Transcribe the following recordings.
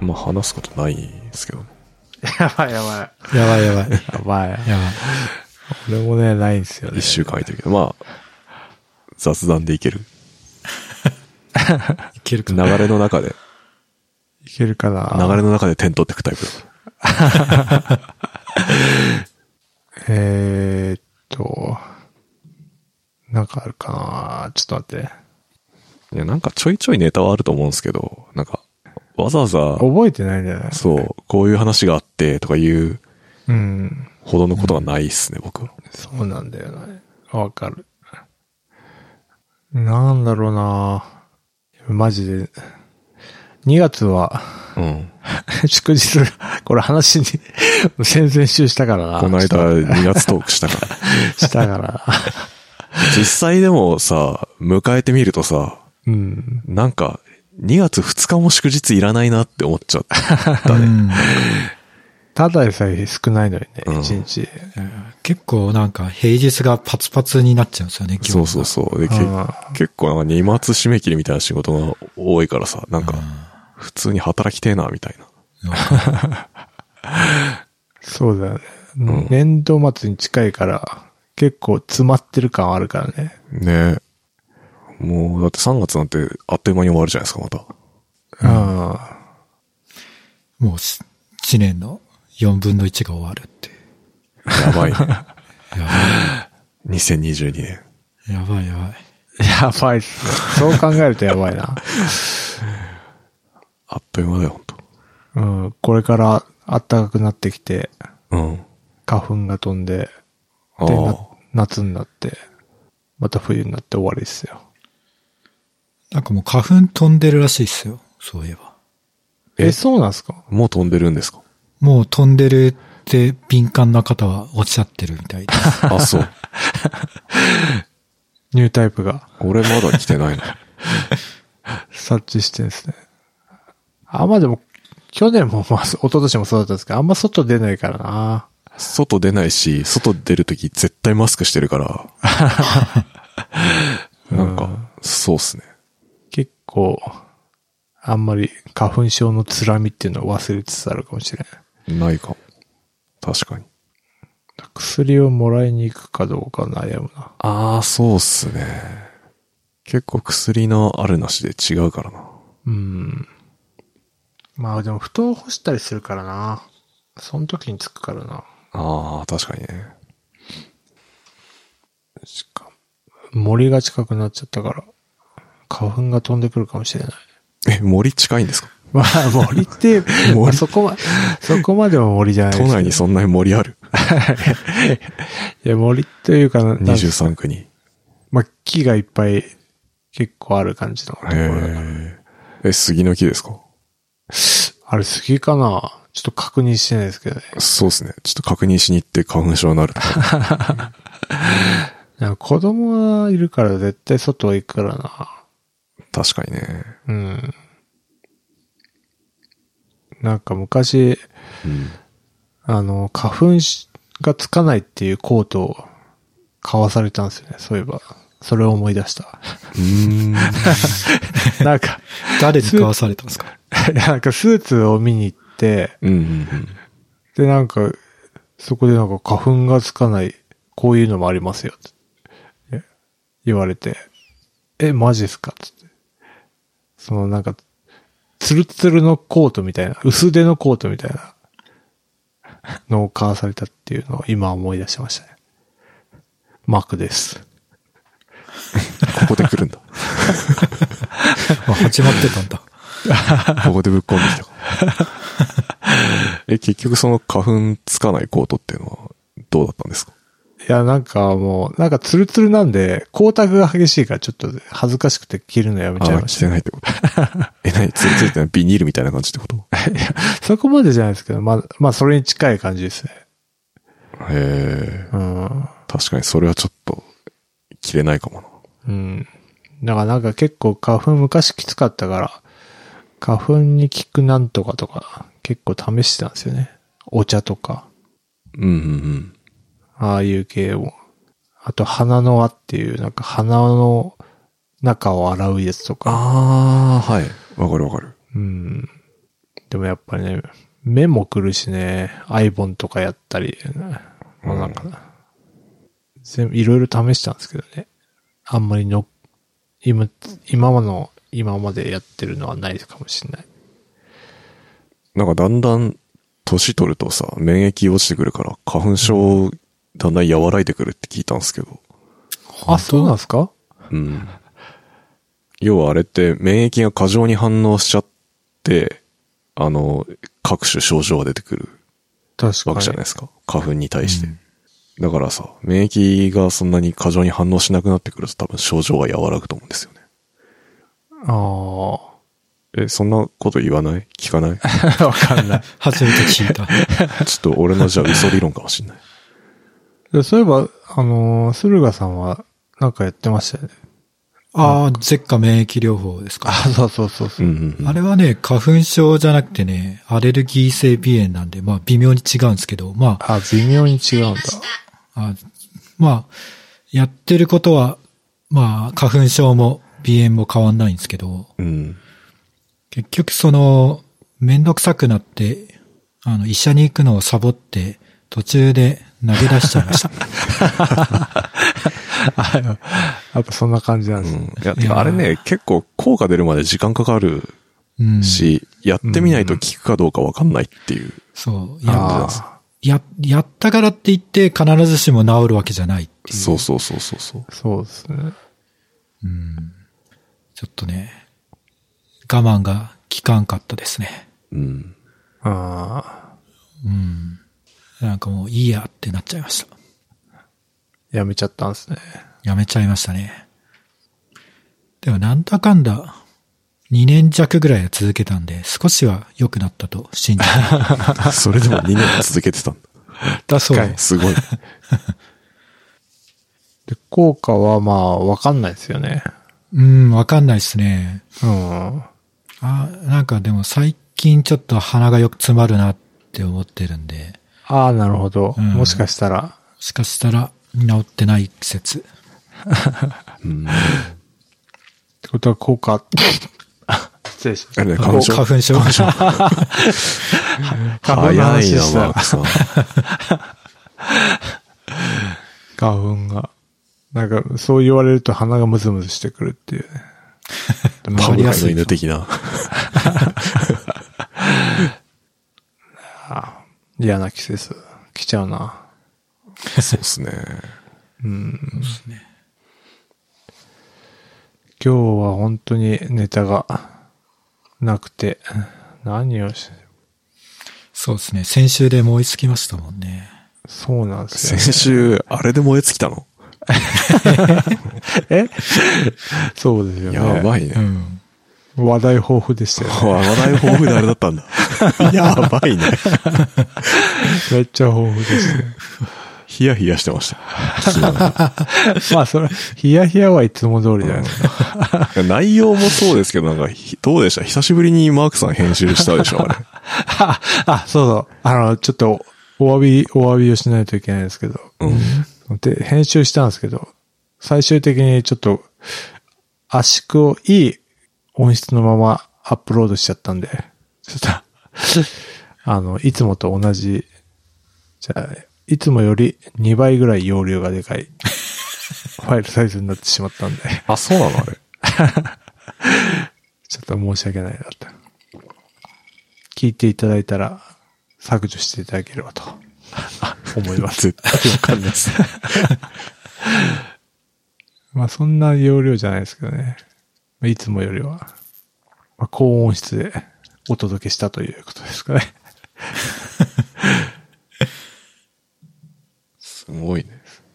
まあ話すことないですけど。 やばいやばい。やばいやばい。やばい。やばい。俺もね、ないんですよね。一週間空いてるけど、まあ、雑談でいける。いけるか流な。れの中で、いけるか流なれの中で点取ってくタイプだ。えー、っと、なんかあるかなちょっと待って。いや、なんかちょいちょいネタはあると思うんですけど、なんか、わざわざ、覚えてないんじゃないそう、こういう話があってとかいううん。ほどのことはないっすね、僕は。そうなんだよね。わかる。なんだろうなマジで。2月は、 うん。祝日が、これ話に、 先々週したからな。このち間ょっ2月トークしたから。としたから。実際でもさ、迎えてみるとさ、うん。なんか、2月2日も祝日いらないなって思っちゃったね。ただでさえ少ないのにね、うん一、日。結構なんか平日がパツパツになっちゃうんですよね、今日。そうそうそう。で、けあ結構なんか2末締め切りみたいな仕事が多いからさ、なんか、普通に働きてえな、みたいな。そうだよね、ん年度末に近いから、結構詰まってる感あるからね。ねえ。もう、だって3月なんてあっという間に終わるじゃないですか、また。うん。もうす一年の4分の1が終わるっていう。 やばいね。や2022年。ばい。やばいやばい。やばいっすね。そう考えるとやばいな。あっという間だよ、ほんと。うん。これから暖かくなってきて、うん。花粉が飛んで、あで、なあ。夏になって、また冬になって終わりっすよ。なんかもう花粉飛んでるらしいっすよ。そういえば。え、そうなんすかもう飛んでるん ですかもう飛んでるって敏感な方はおっしゃってるみ たいです。あ、そう。ニュータイプが俺まだ来てないの。察知してんですね。あ、まあでも、去年もまあ、一昨年もそうだったんですけど、あんま外出ないからな。外出ないし、外出るとき絶対マスクしてる から。なんか、そうっすね。結構、あんまり花粉症の辛みっていうのを忘れつつあるかもしれない。ないかも。確かに。薬をもらいに行くかどうか悩むな。ああ、そうっすね。結構薬のあるなしで違うからな。うん。まあでも、布団干したりするからな。その時につくからな。ああ、確かにね。しかも、森が近くなっちゃったから、花粉が飛んでくるかもしれない。え、森近いんですかまあ、森 って、まあそこは、そこまでも森じゃない都ですけど内にそんなに森あるいや、森というか、なんか ?23 区に。まあ、木がいっぱい結構ある感じのとこへろだからえ。え、杉の木ですかあれ杉かなちょっと確認してないですけどね。そうっすね。ちょっと確認しに行って花粉症になるとか。なんか子供がいるから絶対外行くからな。確かにね。うん。なんか昔、うん。あの、花粉しがつかないっていうコートを買わされたんですよね。そういえば。それを思い出 した。うーん。なんか、誰に買わされたんですかいやなんかスーツ を見に行って、うんうんうん。で、なんか、そこでなんか花粉がつかない、こういうのもありますよ、つってえ言われて、え、マジですかつって。そのなんか、ツルツルのコートみたいな、薄手のコートみたいなのを買わされたっていうのを今思い出しましたね。マクです。ここで来るん だ。あ、始まってたんだ。ここでぶっ込んできたから。え、結局その花粉つかないコートっていうのはどうだったんですかいや、なんかもう、なんかツルツルなんで、光沢が激しいからちょっと恥ずかしくて着るのやめちゃいあ、ました着て。ないってこと。 え、何つるつるってのはビニールみたいな感じってことそこまでじゃないですけど、まあ、まあ、それに近い感じですね。へえ。うん。確かにそれはちょっと、着れないかもな。うん。だからなんか結構花粉昔きつかったから、花粉に効くなんとかとか結構試してたんですよね。お茶とか、うんうんああいう系を。あと鼻の輪っていう、なんか鼻の中を洗うやつとか。ああ、はい。わかるわかる。うん。でもやっぱりね、目も来るしね、アイボンとかやったり、もうなんか、全部いろいろ試したんですけどね。あんまりの、今、今まの、今までやってるのはないかもしれない。なんかだんだん年取るとさ、免疫落ちてくるから花粉症だんだん和らいでくるって聞いたんですけど。あ、そうなんですかうん。要はあれって免疫が過剰に反応しちゃって、あの、各種症状が出てくる確わかけじゃないにで。すか。花粉に対して、だからさ、免疫がそんなに過剰に反応しなくなってくると多分症状が和らぐと思うんですよね。ああ。わえ、そんなこと言わない聞か ないちかんない。初めて 聞いた。ょっと俺のじゃあ嘘理論かもしんない。でそういえば、あのー、駿河さんは、なんかやってましたよね。ああ、舌下免疫療法ですか。あ、そうそうそうそうう。んうんうん。あれはね、花粉症じゃなくてね、アレルギー性鼻炎なんで、まあ微妙に違うんですけど、まあ、あ、微妙に違うんだ。あまあ、やってることは、まあ、花粉症も鼻炎も変わんないんですけど、うん。結局その、めんどくさくなって、あの、医者に行くのをサボって、途中で投げ出しちゃいました。やっぱそんな感じなんうです、ねん。いや、てかあれね、結構効果出るまで時間かかるうん。し、やってみないと効くかどうかわかんないっていう。そう。あやあ、や、やったからって言って必ずしも治るわけじゃないっていう。そうそうそうそうそう。そうですね。うん。ちょっとね、我慢が効かんかったですね。 うん。ああ、うん。なんかもういいやってなっちゃいました。やめちゃったんですね。やめちゃいましたね。でもなんだかんだ、2年弱ぐらいは続けたんで、少しは良くなったと信じてます。それでも2年続けてたん 確だ。すごい。で、効果はまあ、わかんないですよね。うん、わかんないですね。うん。あ、なんかでも最近ちょっと鼻がよく詰まるなって思ってるんで、ああ、なるほど。うんもしかしたら、もしかしたら治ってない説。うん。ってことは効果、 失礼しあまれね、し花た。粉症 花粉症。花粉の早い話な、したマークさん。花粉が。なんか、そう言われると鼻がムズムズしてくるっていう ね。パわかブりカやイすのい犬的な。嫌な季節、来ちゃうな。そうですね。今日は本当にネタがなくて、何をし、そうですね。先週で燃え尽きましたもんね。そうなんです よ、ね。先週、あれで燃え尽きたのそうですよね。やばいねう。ん。話題豊富でしたよ、ね。わ話題豊富であれだったんだ。 やばいね。めっちゃ豊富でしたね。 ヒヤヒヤしてま した。昨日まあ、それ、ヒヤヒヤはいつも通りじゃないですか。内容もそうですけど、なんかひ、どうでした久しぶりにマークさん編集したでしょあれ。あ、 あそうそう。あの、ちょっと、お詫び、お詫びをしないといけないんですけど。うん。で、編集したんですけど、最終的にちょっと、圧縮をいい音質のままアップロードしちゃったんで、 ちょっと、あの、いつもと同じ、じゃあ、いつもより2倍ぐらい容量がでか いファイルサイズになってしまったんで、 あ、そうなのあれ。ちょっと申し訳ないなと。聞いていただいたら削除していただければと 思います。絶対わかんないです。 まあそんな容量じゃないですけどね。まあいつもよりは、まあ、高音質でお届けしたということですかね。すごいね。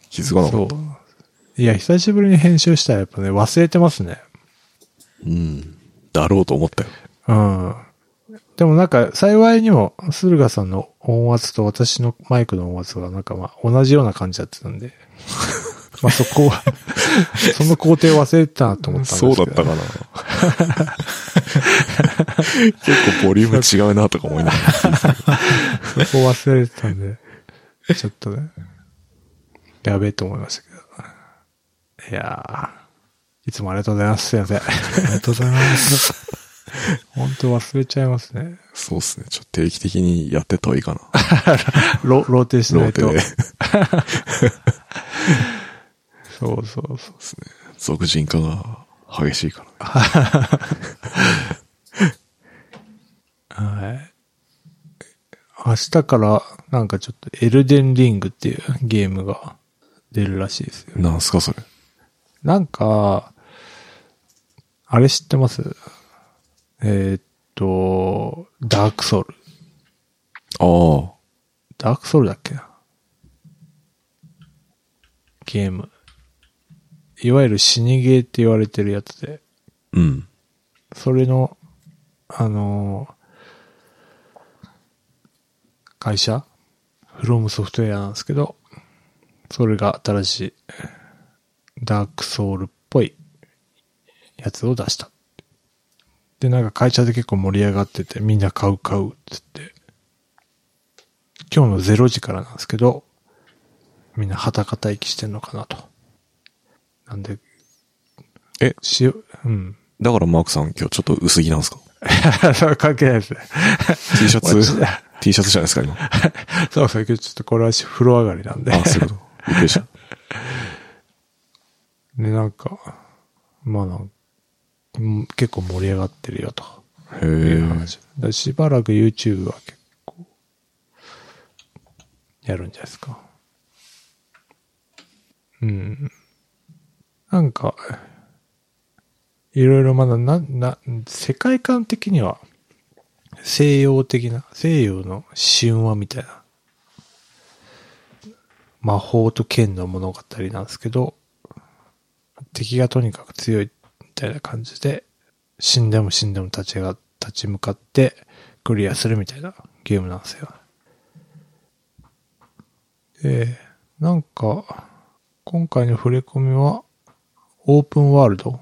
気づかなかそっう。いや、久しぶりに編集したらやっぱね、忘れてますね。た。うん。だろうと思ったよ。うん。でもなんか、幸いにも、駿河さんの音圧と私のマイクの音圧がなんかまあ同じような感じだったんで。 まあそこは、 その工程忘れてたなと思ったんですけそど。うだったかな。 結構ボリューム違うなとか思いながら。そこ忘れてたんで、ちょっとね、やべえと思いましたけど。いやー、いつもありがとうございます。すいません。ありがとうございます。本当忘れちゃいますね。そうっすね。ちょっと定期的にやってた方がいいか な。ロローテしロないーテとで。。 そうそうそうそう。ですね。俗人化が激しいからね。はい。明日からなんかちょっとエルデンリングっていうゲームが出るらしいですよ。なんすか、それ。なんか、あれ知ってますえーっと、ダークソウル。ああ。ダークソウルだっけなゲーム。いわゆる死にゲーって言われてるやつで、うん。それの、あのー会社フロムソフトウェアなんですけど、それが新しい、ダークソウルっぽいやつを出した。で、なんか会社で結構盛り上がってて、みんな買う買うっつって、今日の0時からなんですけど、みんな裸待機してんのかなと。なんで、えしよ、うん。だからマークさん今日ちょっと薄着なんすか それは関係ないですね。 ?T シャツ私 ?T シャツじゃないですか、今。そうそう、今日ちょっとこれは風呂上がりなんで。あ、そういうこと。びっくりした。 ね、なんか、まあなんうん結構盛り上がってるよとへいうえ。話。だからしばらく YouTube は結構、やるんじゃないですか。うん。なんか、いろいろまだな、な、世界観的には、西洋的な、西洋の神話みたいな、魔法と剣の物語なんですけど、敵がとにかく強いみたいな感じで、死んでも死んでも立ちが、立ち向かってクリアするみたいなゲームなんですよ。で、なんか、今回の触れ込みは、オープンワールド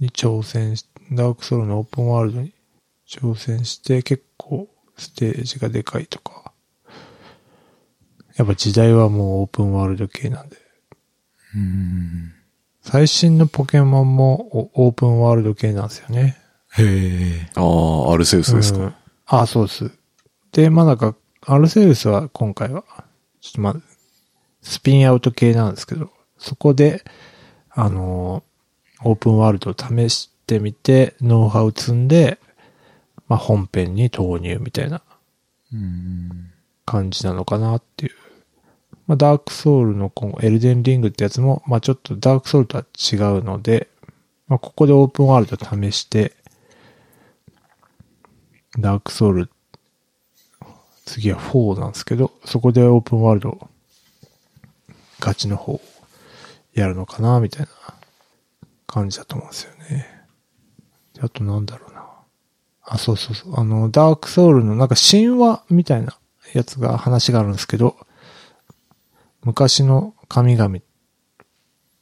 に挑戦し、ダークソウルのオープンワールドに挑戦して、結構ステージがでかいとか、やっぱ時代はもうオープンワールド系なんで、 うん。最新のポケモンもおオープンワールド系なんですよね。へえ。ああ、アルセウスですか。んあ、そうです。で、まあ、なんか、アルセウスは今回は、ちょっとまあ、スピンアウト系なんですけど、そこで、あのーオープンワールドを試してみて、ノウハウ積んで、まあ、本編に投入みたいなうん。感じなのかなっていう。まあ、ダークソウルの今後、エルデンリングってやつも、まあ、ちょっとダークソウルとは違うので、まあ、ここでオープンワールド試して、ダークソウル、次は4なんですけど、そこでオープンワールド、ガチの方をやるのかな、みたいな感じだと思うんですよね。であとなんだろうな。あ、そうそうそう。あの、ダークソウルのなんか神話みたいなやつが話があるんですけど、昔の神々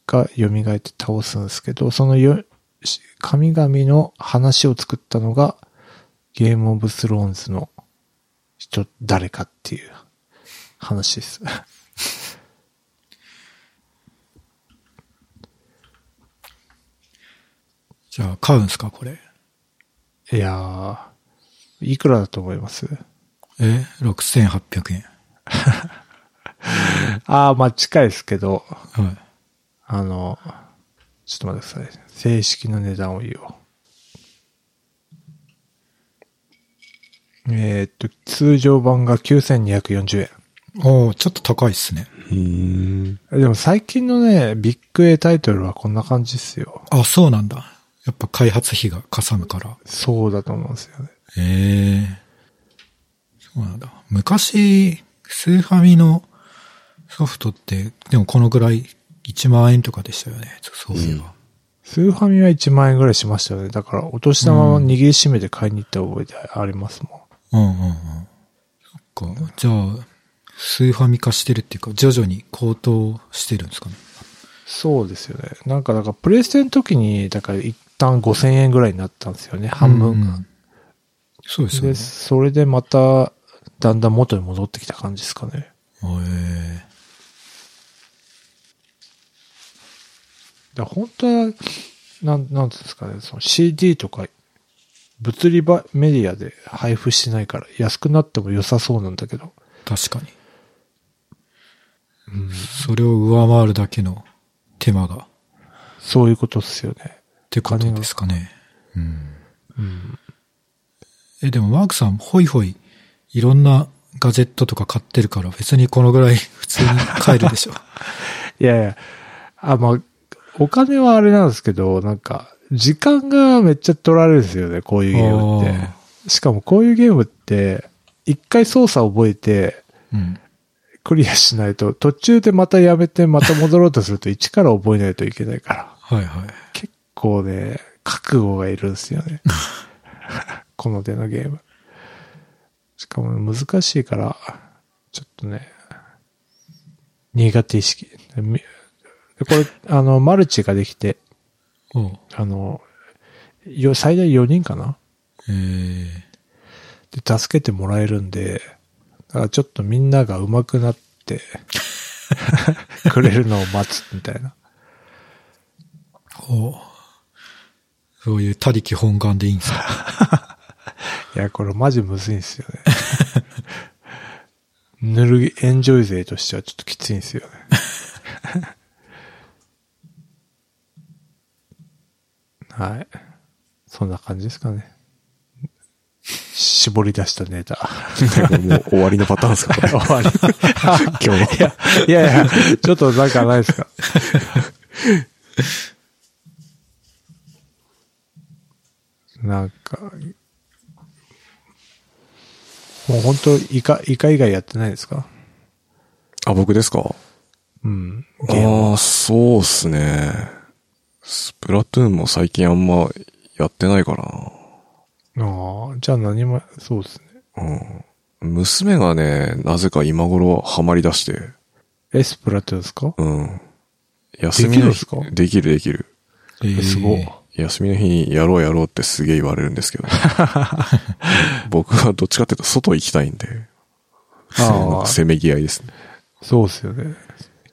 が蘇って倒すんですけど、そのよし神々の話を作ったのがゲームオブスローンズの人、誰かっていう話です。じゃあ、買うんすか、これ。いやー、いくらだと思いますえ ?6800 円。あー、まあ近いですけど、はい。あの、ちょっと待ってください。正式な値段を言おう。えーっと、通常版が9240円。おおちょっと高いっすね。うーん。でも最近のね、ビッグ A タイトルはこんな感じっすよ。あ、そうなんだ。やっぱ開発費がかさむから。そうだと思うんですよね。へえそうなんだ。昔、スーファミのソフトって、でもこのぐらい1万円とかでしたよね。そういえば。スーファミは1万円ぐらいしましたよね。だから、お年玉を握りしめて買いに行った覚えてありますもん。うん、うん、うんうんそっか。じゃあ、スーファミ化してるっていうか、徐々に高騰してるんですかね。そうですよね。なんか、だから、プレステの時に、だから一旦5000円ぐらいになったんですよね。半分うが。んそうですよで、ね。それでまた、だんだん元に戻ってきた感じですかね。へえだから本当は、なん、なんつうんですかね、その CD とか物理ばメディアで配布してないから安くなっても良さそうなんだけど。確かに。それを上回るだけの手間が、っそういうことっすよね。てことですかね。うん。え、でもマークさん、ほいほい、いろんなガジェットとか買ってるから、別にこのぐらい 普通に買える でしょ。いやいや。あ、まあ、お金はあれなんですけど、なんか、時間がめっちゃ取られるんですよね、こういうゲームあって。しかもこういうゲームって、一回操作覚えて、うん。クリアしないと、途中でまたやめて、また戻ろうとすると、一から覚えないといけない から。はいはい。結構ね、覚悟がいるんですよね。この手のゲーム。しかも難しいから、ちょっとね、苦手意識。みこれ、あの、マルチができて、おうあの、よ最大4人かなえー、で、助けてもらえるんで、だからちょっとみんなが上手くなって、くれるのを待つみたいな。おうそういう他力本願でいいんですかいや、これマジむずいんすよね。ぬるぎ、エンジョイ勢としてはちょっときついんすよね。はい。そんな感じですかね。絞り出したネタ。もう終わりのパターンですか 終わり。今日の。いやいや、ちょっとなんかないです か。なんか、もう本当イカ、イカ以外やってないですかあ、僕ですかうん。ゲーム。ああ、そうっすね。スプラトゥーンも最近あんまやってないかああ、じゃあ何も、そうですね。な。うん。娘がね、なぜか今頃ハマり出して。エスプラトゥーンですかうん。休みできるんの日ですかできるできる。え ーすごい。休みの日にやろうやろうってすげえ言われるんで すけど。僕はどっちかっていうと外行きたいんで、ああ、せめぎ合いですね。そうですよね。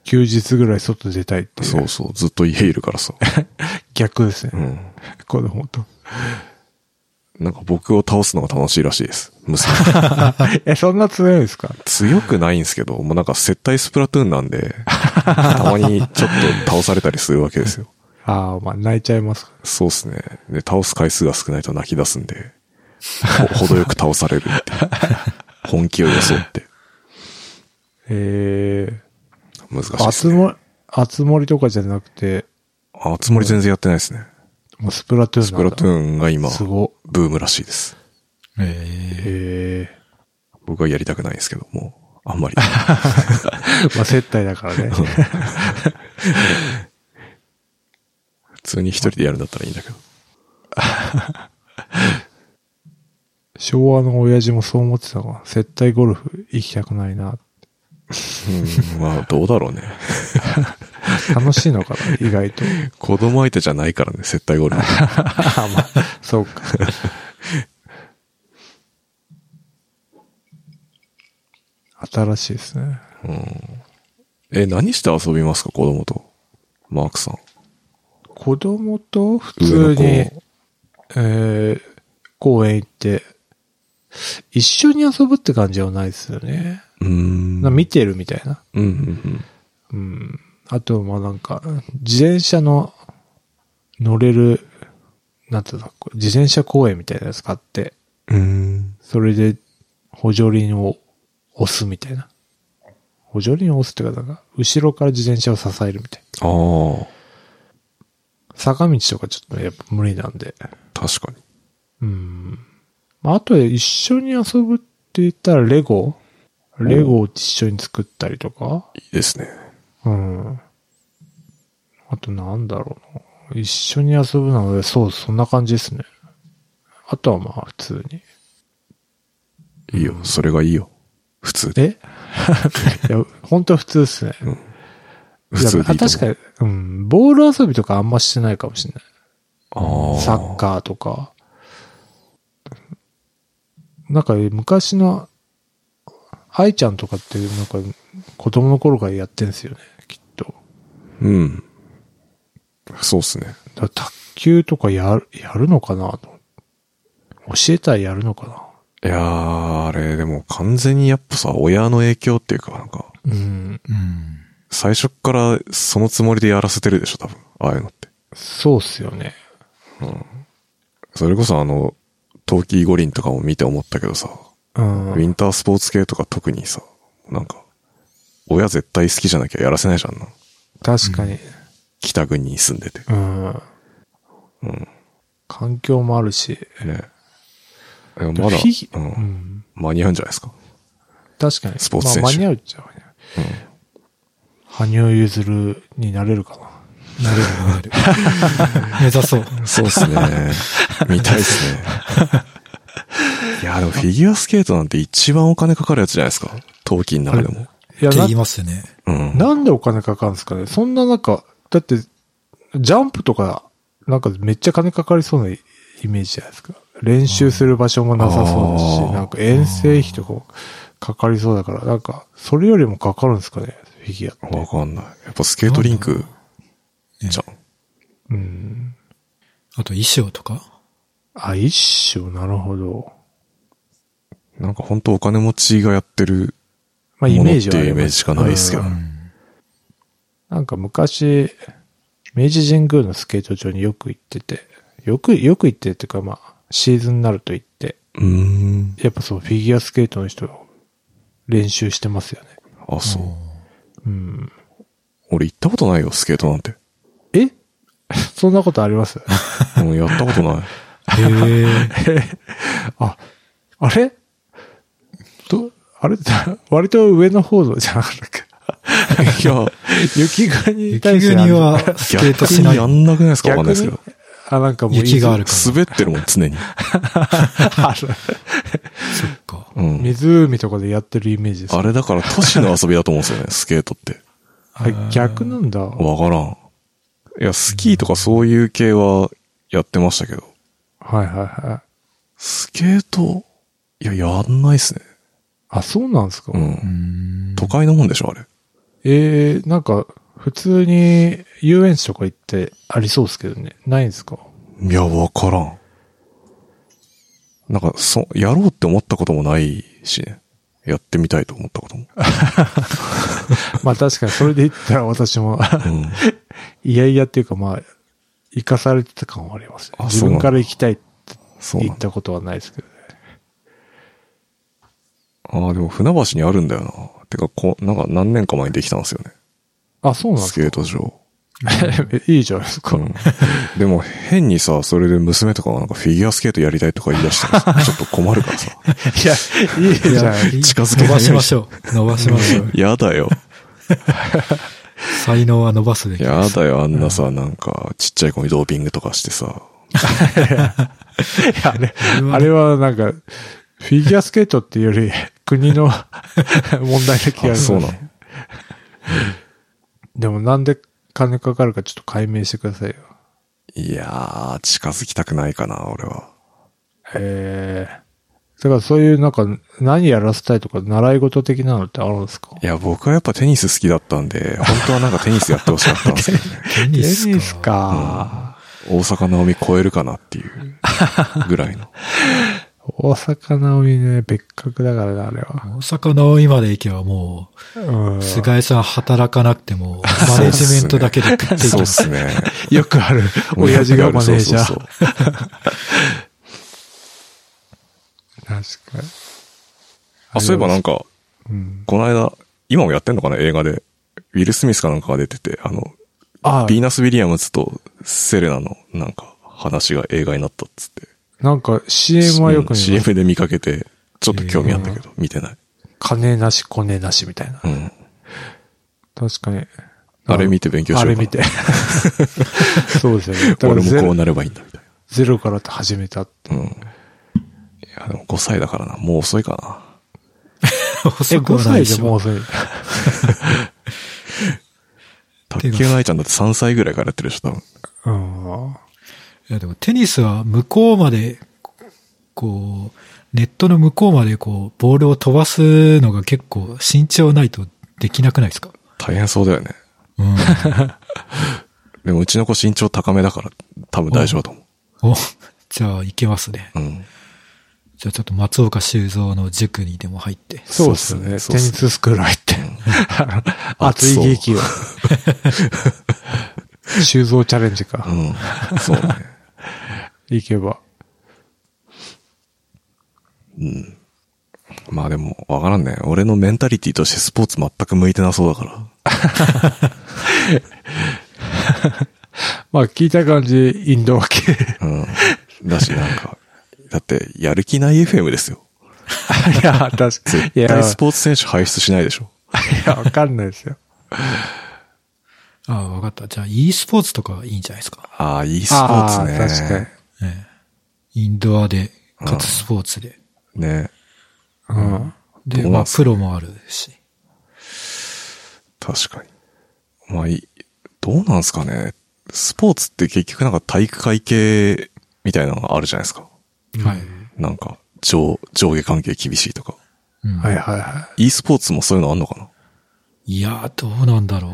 休日ぐらい外出たいっていう。そうそう、ずっと家いるからさ。逆ですうね。ん。子供と。なんか僕を倒すのが楽しいらしいです。娘。 え、そんな強いんですか強くないんですけど、もうなんか接待スプラトゥーンなんで、たまにちょっと倒されたりするわけですよ。ああ、まあ泣いちゃいますからそうですね。で、倒す回数が少ないと泣き出すんで、ほ、 程よく倒されるっていう。本気を装って。ええ難しいあでつすね。も、あつ森とかじゃなくて、あつ森全然やってないですね。もうスプラトゥーンスなプんだ。ラトゥーンが今、すご。ブームらしいです。えーへえ僕はやりたくないですけど、もう、あん まり。まあ接待だからね。普通に一人でやるんだったらいいんだけど。 昭和の親父もそう思ってたから、接待ゴルフ行きたくないな。うん、まあ、どうだろうね。楽しいのかな、意外 と。子供相手じゃないからね、接待ゴルフ。あまあ、そう か。新しいですね。 え、何して遊びますか、子供と。マークさん。子供と普通に、上のえー、公園行って、一緒に遊ぶって感じはないですよね。うーん。な見てるみたいな。うんうんうん。あと、まあなんか、自転車の乗れる、なんていうの、こう自転車公園みたいなやつ買って、うん。うん。それで補助輪を押すみたいな。補助輪を押すっていうか、なんか、後ろから自転車を支えるみたいな。ああ、坂道とかちょっとやっぱ無理なんで。確かに。うん。まあ、あと一緒に遊ぶって言ったらレゴレゴを一緒に作ったりとかいいですね。うん。あとなんだろうな。一緒に遊ぶなので、そう、そんな感じですね。あとはまあ普通に。いいよ、それがいいよ。普通で。え いや、本当は普通ですね。普通でいいと思うや確かに、うん、ボール遊びとかあんましてないかもしれない。ああ。サッカーとか。なんか昔の、愛ちゃんとかってなんか子供の頃からやってんすよね、きっと。うん。そうっすね。だから卓球とかやる、やるのかなと思って。教えたらやるのかいやー、あれ、でも完全にやっぱさ、親の影響っていうか、なんか、なうん。うん。最初っからそのつもりでやらせてるでしょ、多分。ああいうのって。そうっすよね。それこそあの、冬季五輪とかも見て思ったけどさ、うん。ウィンタースポーツ系とか特にさ、なんか、親絶対好きじゃなきゃやらせないじゃんな。確かに。北国に住んでて。うん。うん。環境もあるし。ねえ。まだ、フィギう、うんん。間に合うんじゃないですか。確かに。スポーツ選手まあ、間に合うっちゃ間に合う。羽生結弦になれるかな。なれるなれる。目指 そう。そうっすね。見たいっすね。いや、でもフィギュアスケートなんて一番お金かかるやつじゃないですか。冬季の中でも。いや、ってな言いますよね。うん。なんでお金かかるんですかねそんな中、だって、ジャンプとか、なんかめっちゃ金かかりそうなイメージじゃないですか。練習する場所もなさそうだあーし、なんか遠征費とかもかかりそうだから、なんか、それよりもかかるんですかねフィギュアって。わかんない。やっぱスケートリンク、ねじゃん。うん。あと衣装とか。あ、一生、なるほど。なんか本当お金持ちがやってるまあ、イもメのーっジてはあいりうイメージしかないですけどううんん。なんか昔、明治神宮のスケート場によく行ってて、よく、よく行ってっていうか、まあ、シーズンになると行って、うーん。やっぱそう、フィギュアスケートの人、練習してますよね。あ、そう。うん。俺行ったことないよ、スケートなんて。え そんなことあります うん、やったことない。へえ。あ、あれと、あれ 割と上の方のじゃなかったっけ いや、雪国に雪対して国はスケート逆しなにいや。んなくないですかわかんないですけど。逆あ、なんかもういい雪があるか滑ってるもん、常 に。あるそっか。 うん。湖とかでやってるイメージです。あれだから都市の遊びだと思うんですよね、スケートって。あ逆なんだ。わからん。いや、スキーとかそういう系はやってましたけど、はいはいはい。スケート、いや、やんないっすね。あ、そうなんですか、う。うんん。都会のもんでしょ、あれ。ええなんか、普通に遊園地とか行ってありそうですけどね。ないんですかいや、わからん。なんか、そ、やろうって思ったこともないしね。やってみたいと思ったことも。まあ確かにそれで言ったら私も、 うん。いやいやっていうかまあ、生かされてた感はありますね、あ自そうなん分だから行きたいってそう言なんっだ。たことはないですけどね。ああ、でも船橋にあるんだよな。てか、こう、なんか何年か前にできたんですよね。あ、そうなんでスすケート場。か いいじゃないですか。うんでも変にさ、それで娘とかはなんかフィギュアスケートやりたいとか言い出したら さちょっと困るからさ。いや、いいじゃない。近づけない伸ばしましょう。伸ばしましょう。やだよ。才能は伸ばすべきです。やだよ、あんなさ、なんか、ちっちゃい子にドーピングとかしてさ。いやあれ、あれはなんか、フィギュアスケートっていうより、国の 問題な気があ、すそうるなの。でもなんで金かかるかちょっと解明してくださいよ。いやー、近づきたくないかな、俺は。へえ。だからそういうなんか何やらせたいとか習い事的なのってあるんですかいや、僕はやっぱテニス好きだったんで、本当はなんかテニスやってほしかったんですけど ね。テテニスか。ニスか。大阪直美超えるかなっていうぐらいの。大阪なおみね、別格だからな、あれは。大阪直美まで行けばもうんう、。菅井さん働かなくても、 マネジメントだけで食っていけそうるっ。す ね。よくあ る。親父がマネージャそうー。そうそう確かに。あ、そういえばなんか、うん。この間、今もやってんのかな映画で。ウィル・スミスかなんかが出てて、あの、あビーナス・ウィリアムズとセレナのなんか話が映画になったっつって。なんか CM はよく見まうんす。 CM で見かけて、ちょっと興味あったけど、見てない。金なし、コネなしみたいなう。ん。確かに。あれ見て勉強しよあうかれな 見て。そうですよね。だから俺もゼこうロなればいいんだ、みたいゼロから始めた。な。うん。いや、でも5歳だからな。もう遅いかえ、遅く5は歳ないででしもうょ。遅い。な。卓球の愛ちゃんだって3歳ぐらいからやってるでしょ、多分。うん。いやでもテニスは向こうまで、こう、ネットの向こうまでこう、ボールを飛ばすのが結構慎重ないとできなくないですか大変そうだよね。 うん。でもうちの子身長高めだから、多分大丈夫だと思お、じゃあいけますね。う。うん。じゃあちょっと松岡修造の塾にでも入って。そうですね。そテうっニすねススクール入って。熱い 劇を。修造チャレンジか。うん。そうね。 行けば。まあでも、わからんね。俺のメンタリティとしてスポーツ全く向いてなそうだから。まあ聞いた感じ、インド系。うん。だし、なんか、だって、やる気ない FM ですよ。いや、確かに。い絶や、対いスポーツ選手輩出しないでしょ。や、わかんないですよ。ああ、わかった。じゃあ e スポーツとかいいんじゃないですか。ああ、いいスポーツね。あー確かに。ええインドアで、かつスポーツで。ね。うん。で、どうなまんあすかプロもあるし。確かに。まあ、いどうなんすかね。スポーツって結局なんか体育会系みたいなのがあるじゃないですか。はい。なんか、上、上下関係厳しいとか。うんはいはいは e スポーツもそういうのあんのかないやー、どうなんだろ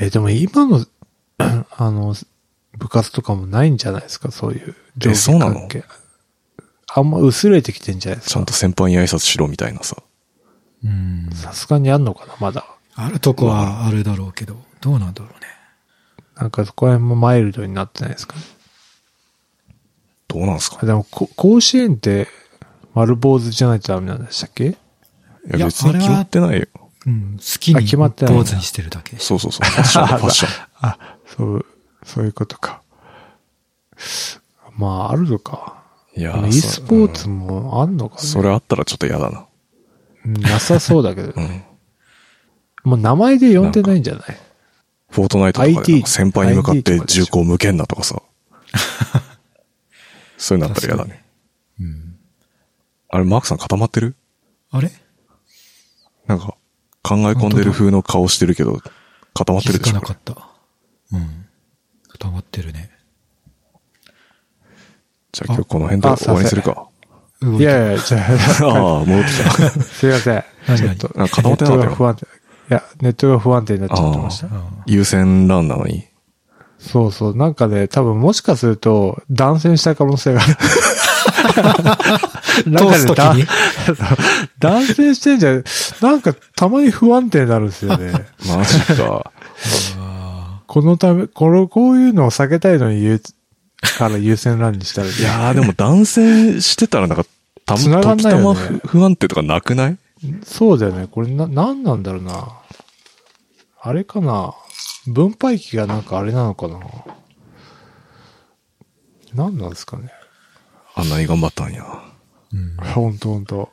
う。い。え、でも今の、 あの、部活とかもないんじゃないですか、そういう。えそうなの上下関係あんま薄れてきてんじゃないですちゃんか。と先輩に挨拶しろみたいなさ。うん。さすがにあんのかな、まだ。あるとこはあるだろうけど、どうなんだろうね。なんかそこら辺もマイルドになってないですか、ね、どうなんすかでも、こ甲子園って丸坊主じゃないとダメなんでしたっけいや、いや別に決まってないよ。うん。好きあに決まってないんだ坊主にしてるだけ。そうそうそう。ファッション、ファッション。あ、そう、そういうことか。まあ、あるのか。いやでも e スポーツもあんのかそね、れあったらちょっと嫌だな。うんなさそうだけどう。ん。もう名前で呼んでないんじゃないフォートナイトとかで IT なんか先輩に向かっ IT てとかでし銃ょ口向けんなとかさ。そういうのあったら嫌だね。うん。あれ、マークさん固まってるあれなんか、考え込んでる風の顔してるけど、固まっ気てるづでしかょなかった。うん。固まってるね。じゃあ今日この辺で終わりにするか。動いいたやいや、じゃああ、戻ってきた。あ、 すいません。何ちょ々っと、なんか固まってなかネットったがよ。不安定。いや、ネットが不安定になっちゃってました。あ優先欄なのに。そうそう。なんかね、多分もしかすると、断線した可能性がある。なんか通すね時だに断線してんじゃん。なんかたまに不安定になるんですよね。マジか。あこのため、この、こういうのを避けたいのに言う、から優先欄にしたら、いいやーでも断線してたらなんか、たぶ繋がん時ないたまよね不不安定とかなくないそうだよね。これな、なんなんだろうな。あれかな。分配器がなんかあれなのかな。なんなんですかね。あんなに頑張ったんや。うん。ほんとほんと。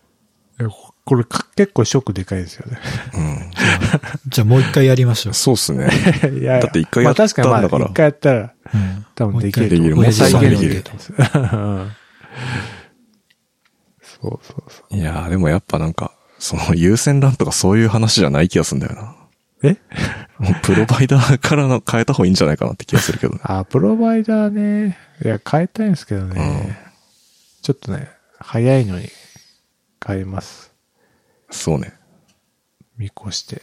いやここれか結構ショックでかいですよ ね。う。。じゃあもう一回やりましょうんそうっすね。いやいやだって一回やったんだからまあ確かにまあ一回やったらうん多分できもうる一とでき回るもうもう再再現現ででききるると思うんですそうそうそいやーでもやっぱなんか、その優先欄とかそういう話じゃない気がするんだよな。う。えもうプロバイダーからの変えた方がいいんじゃないかなって気がするけどね。あ、プロバイダーね。いや、変えたいんですけどね。ちょっとね、早いのに変えます。そうね。見越して。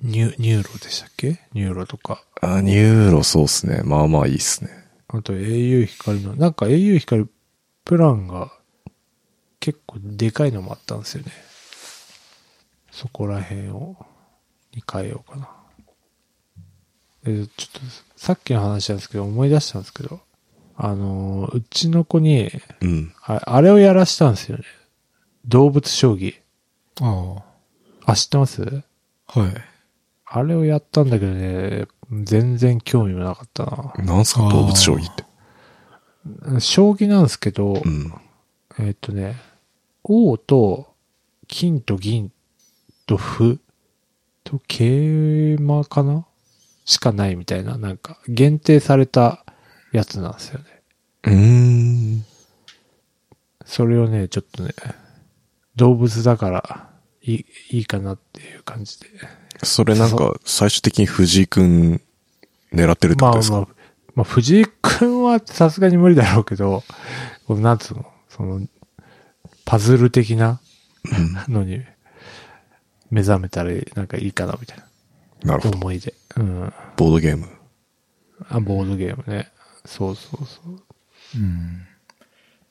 ニュニューロでしたっけニューロとか。あ、ニューロそうっすね。まあまあいいっすね。あと au 光の、なんか au 光プランが結構でかいのもあったんですよね。そこら辺を、に変えようかな。え、ちょっとさっきの話なんですけど、思い出したんですけど、あのー、うちの子に、うん。ああれをやらしたんですよね。動物将棋。ああ、知ってますあ。はい。あれをやったんだけどね、全然興味もなかったなんすかあー動物将棋って。な。将棋なんですけど、うん。えーっとね、王と金と銀と歩と桂馬かなしかないみたいな、なんか限定されたやつなんですよね。うーん。それをね、ちょっとね、動物だからいいいいかなっていう感じで。それなんか、最終的に藤井くん狙ってるってこまあまとですか、あ、まあ、藤井くんはさすがに無理だろうけど、このなんつうの、その、パズル的なのに目覚めたらなんかいいかなみたいな。なるほど。思い出。うん。ボードゲーム。あ、ボードゲームね。そうそうそう。うん。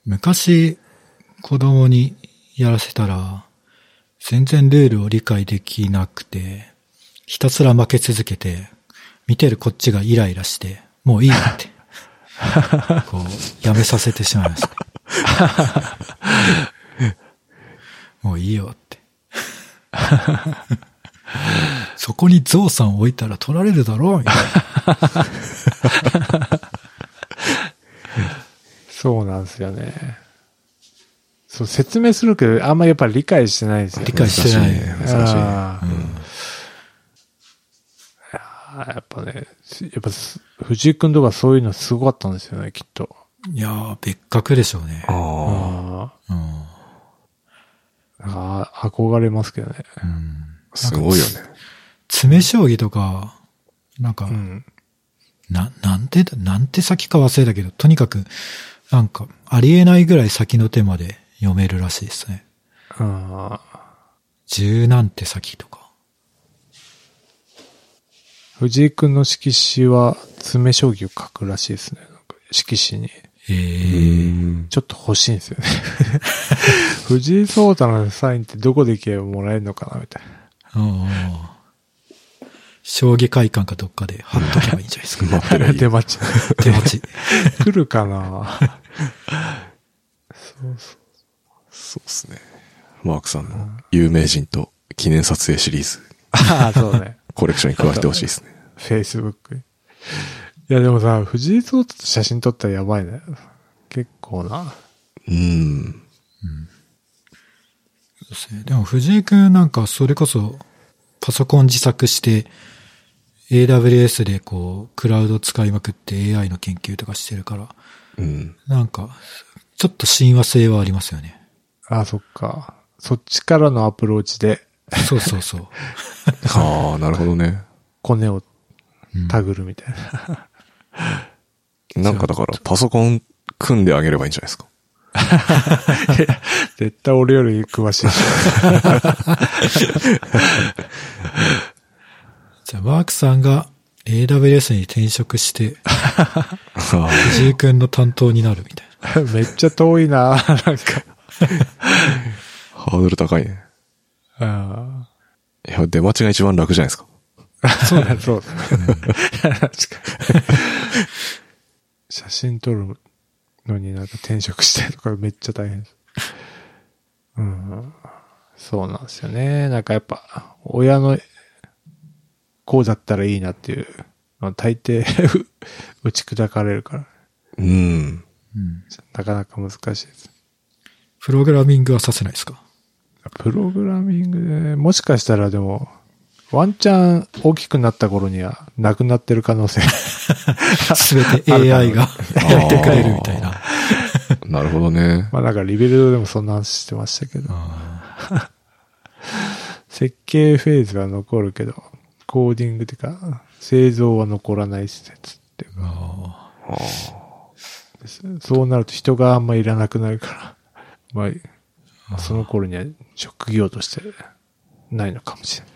昔、子供にやらせたら、全然ルールを理解できなくて、ひたすら負け続けて、見てるこっちがイライラして、もういいって、 こう、やめさせてしまいました。もういいよ って。そこにゾウさん置いたら取られるだろうみたいな。そうなんですよね。そう、説明するけど、あんまりやっぱり理解してないですよね。理解してない難しいね。難しいね。あーいやーやっぱね、やっぱす、藤井くんとかそういうのすごかったんですよね、きっと。いやー、別格でしょうね。ああ、あうんーあー、憧れますけどね。うんすごいよね。詰将棋とか、なんか、うん。な、なんて、なんて先か忘れたけど、とにかく、なんか、ありえないぐらい先の手まで読めるらしいですね。あー十何手先とか。藤井くんの色紙は詰将棋を書くらしいですね。なんか色紙に。うええん。ちょっと欲しいんですよね。 藤井聡太のサインってどこで行けばもらえるのかな、みたいな。ああ将棋会館かどっかで貼っとけばいいんじゃないですか。待ってる。出待ち。手持ち。来るかなそうそう。そうですね。マークさんの有名人と記念撮影シリーズ、 ああ、そうね。コレクションに加えてほしいですね。 Facebook に。いや、でもさ、藤井聡太と写真撮ったらやばいね。結構な。うん。そうですねでも藤井くんなんかそれこそパソコン自作して AWS でこうクラウド使いまくって AI の研究とかしてるからうん。なんかちょっと親和性はありますよね。ああ、そっか。そっちからのアプローチで、そうそ うそう。ああ、なるほどね。コネをうんたぐるみたい な。なんかだから、パソコン組んであげればいいんじゃないですか。絶対俺より詳しいし。じゃあマークさんが AWS に転職してあ藤井くんの担当になるみたいな。めっちゃ遠いな、なんか。あハードル高いね。あいや、出待ちが一番楽じゃないですか。あ。そうだ、そうだ。確かに。写真撮るのになんか転職してとかめっちゃ大変です。うん。そうなんですよね。なんかやっぱ、親の、こうだったらいいなっていう、大抵 打ち砕かれるから、うん。うん。なかなか難しいです。プログラミングはさせないですかプログラミングで、もしかしたらでも、ワンチャン大きくなった頃にはなくなってる可能性。すべて AI がやってくれるみたいな。なるほどね。まあなんかリベルドでもそんな話してましたけど、設計フェーズは残るけど、コーディングっていうか、製造は残らない施設っていうかああですね、そうなると人があんまいらなくなるから、まあ、まあその頃には職業としてないのかもしれない。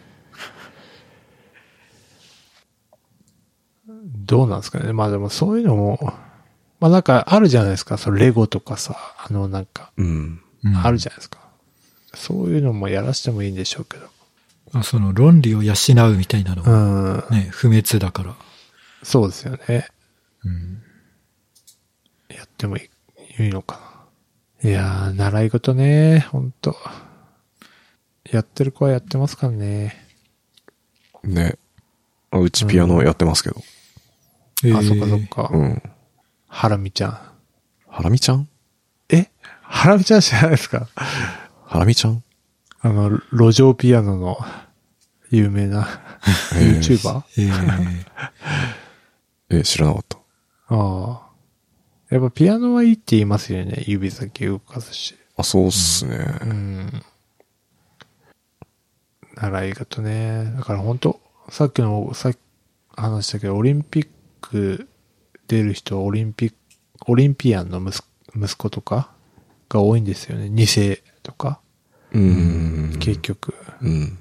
どうなんですかね。まあでもそういうのも、まあなんかあるじゃないですか。そのレゴとかさ、あのなんか、うん。うんあるじゃないですか。そういうのもやらしてもいいんでしょうけど。まあその論理を養うみたいなのうはん。ね、不滅だから。そうですよね。うん。やってもいいいいのかな。いやー、習い事ね、ほんと。やってる子はやってますからね。ね。うちピアノやってますけど。あ、そっかそっか。うん。ハラミちゃん。ハラミちゃんえハラミちゃん知らないですかハラミちゃんあの、路上ピアノの有名な YouTuber? え ーえ、知らなかった。ああ。やっぱピアノはいいって言いますよね。指先動かすし。あ、そうっすね。うん。習い事ね。だから本当さっきの、さっき話したけど、オリンピック出る人はオリンピック、オリンピアンの息息子とかが多いんですよね。2世とか。うん。結局、うん。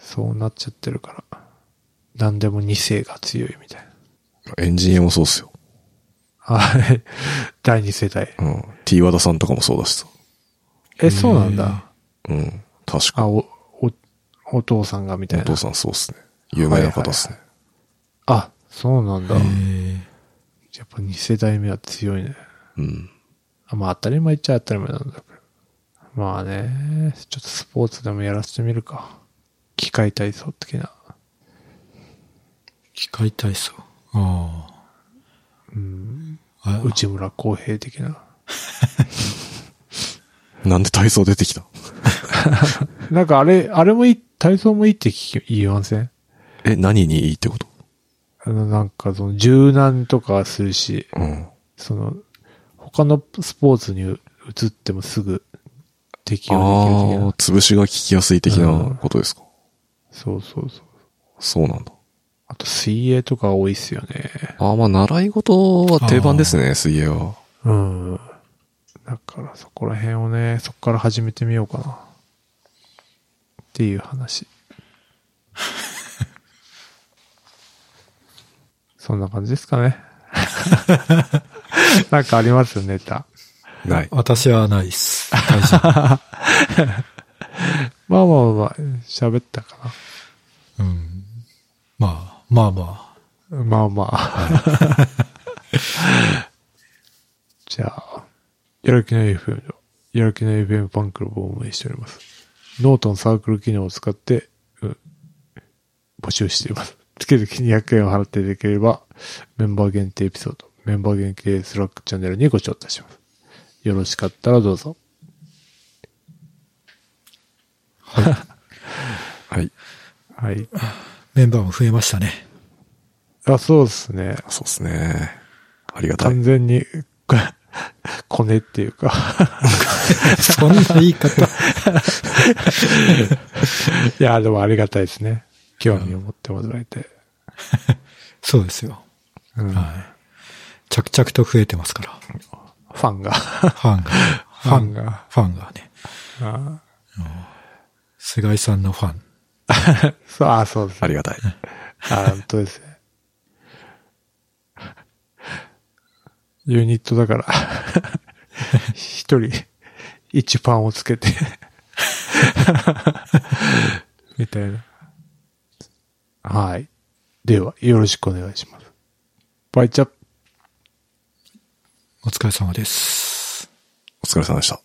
そうなっちゃってるから。何でも2世が強いみたいな。エンジニアもそうっすよ。はい。第2世代。うん。T 和田さんとかもそうだしさ。え、そうなんだ。うん。確かあ、お、お、お父さんがみたいおな。父さんそうっすね。有名な方っすね。あ、そうなんだ。へやえっぱ2世代目は強いね。うん。あまあ当たり前っちゃ当たり前なんだけど。まあね、ちょっとスポーツでもやらせてみるか。機械体操的な。機械体操。ああ。あ内村航平的な。なんで体操出てきたなんかあれ、あれもいい、体操もいいって聞き、言いませんえ、何にいいってことあの、なんかその柔軟とかするし、うん。その、他のスポーツに移ってもすぐ適あ用できる的あなー、。潰しが効きやすい的なことですか。そうそうそう。そうなんだ。あと水泳とか多いっすよね。ああ、まあ、習い事は定番ですね、水泳は。うん。だからそこら辺をね、そこから始めてみようかな。っていう 話。そんな感じですかね。 なんかありますネタ。ない。私はないっす。大丈 夫。まあまあまあまあ、喋ったかうん。まあ、まあまあ。な。まあまあ。じゃあ、やる気ない FM の、やる気ない FM ファンクラブを運営しております。ノートのサークル機能を使って、うん、募集しています。月々200円を払っていただければ、メンバー限定エピソード、メンバー限定スラックチャンネルにご招待します。よろしかったらどうぞ。はい。はい。メンバーも増えましたね。あ、そうですね。そうですね。ありがたい完。全に、こコネっていうか。 そんな言い方。いや、でもありがたいですね。興味を持ってもらえて。そうですよ。うんフはい。着々と増えてますから。ァンが。ファンが。ファンが。ファンがね。あ菅井さんのファン。そう、あ、そうですあね。りがたい。あ、本当ですね。ユニットだから、一人、一パンをつけて、みたいな。はい。では、よろしくお願いします。バイチャップ。お疲れ様です。お疲れ様でした。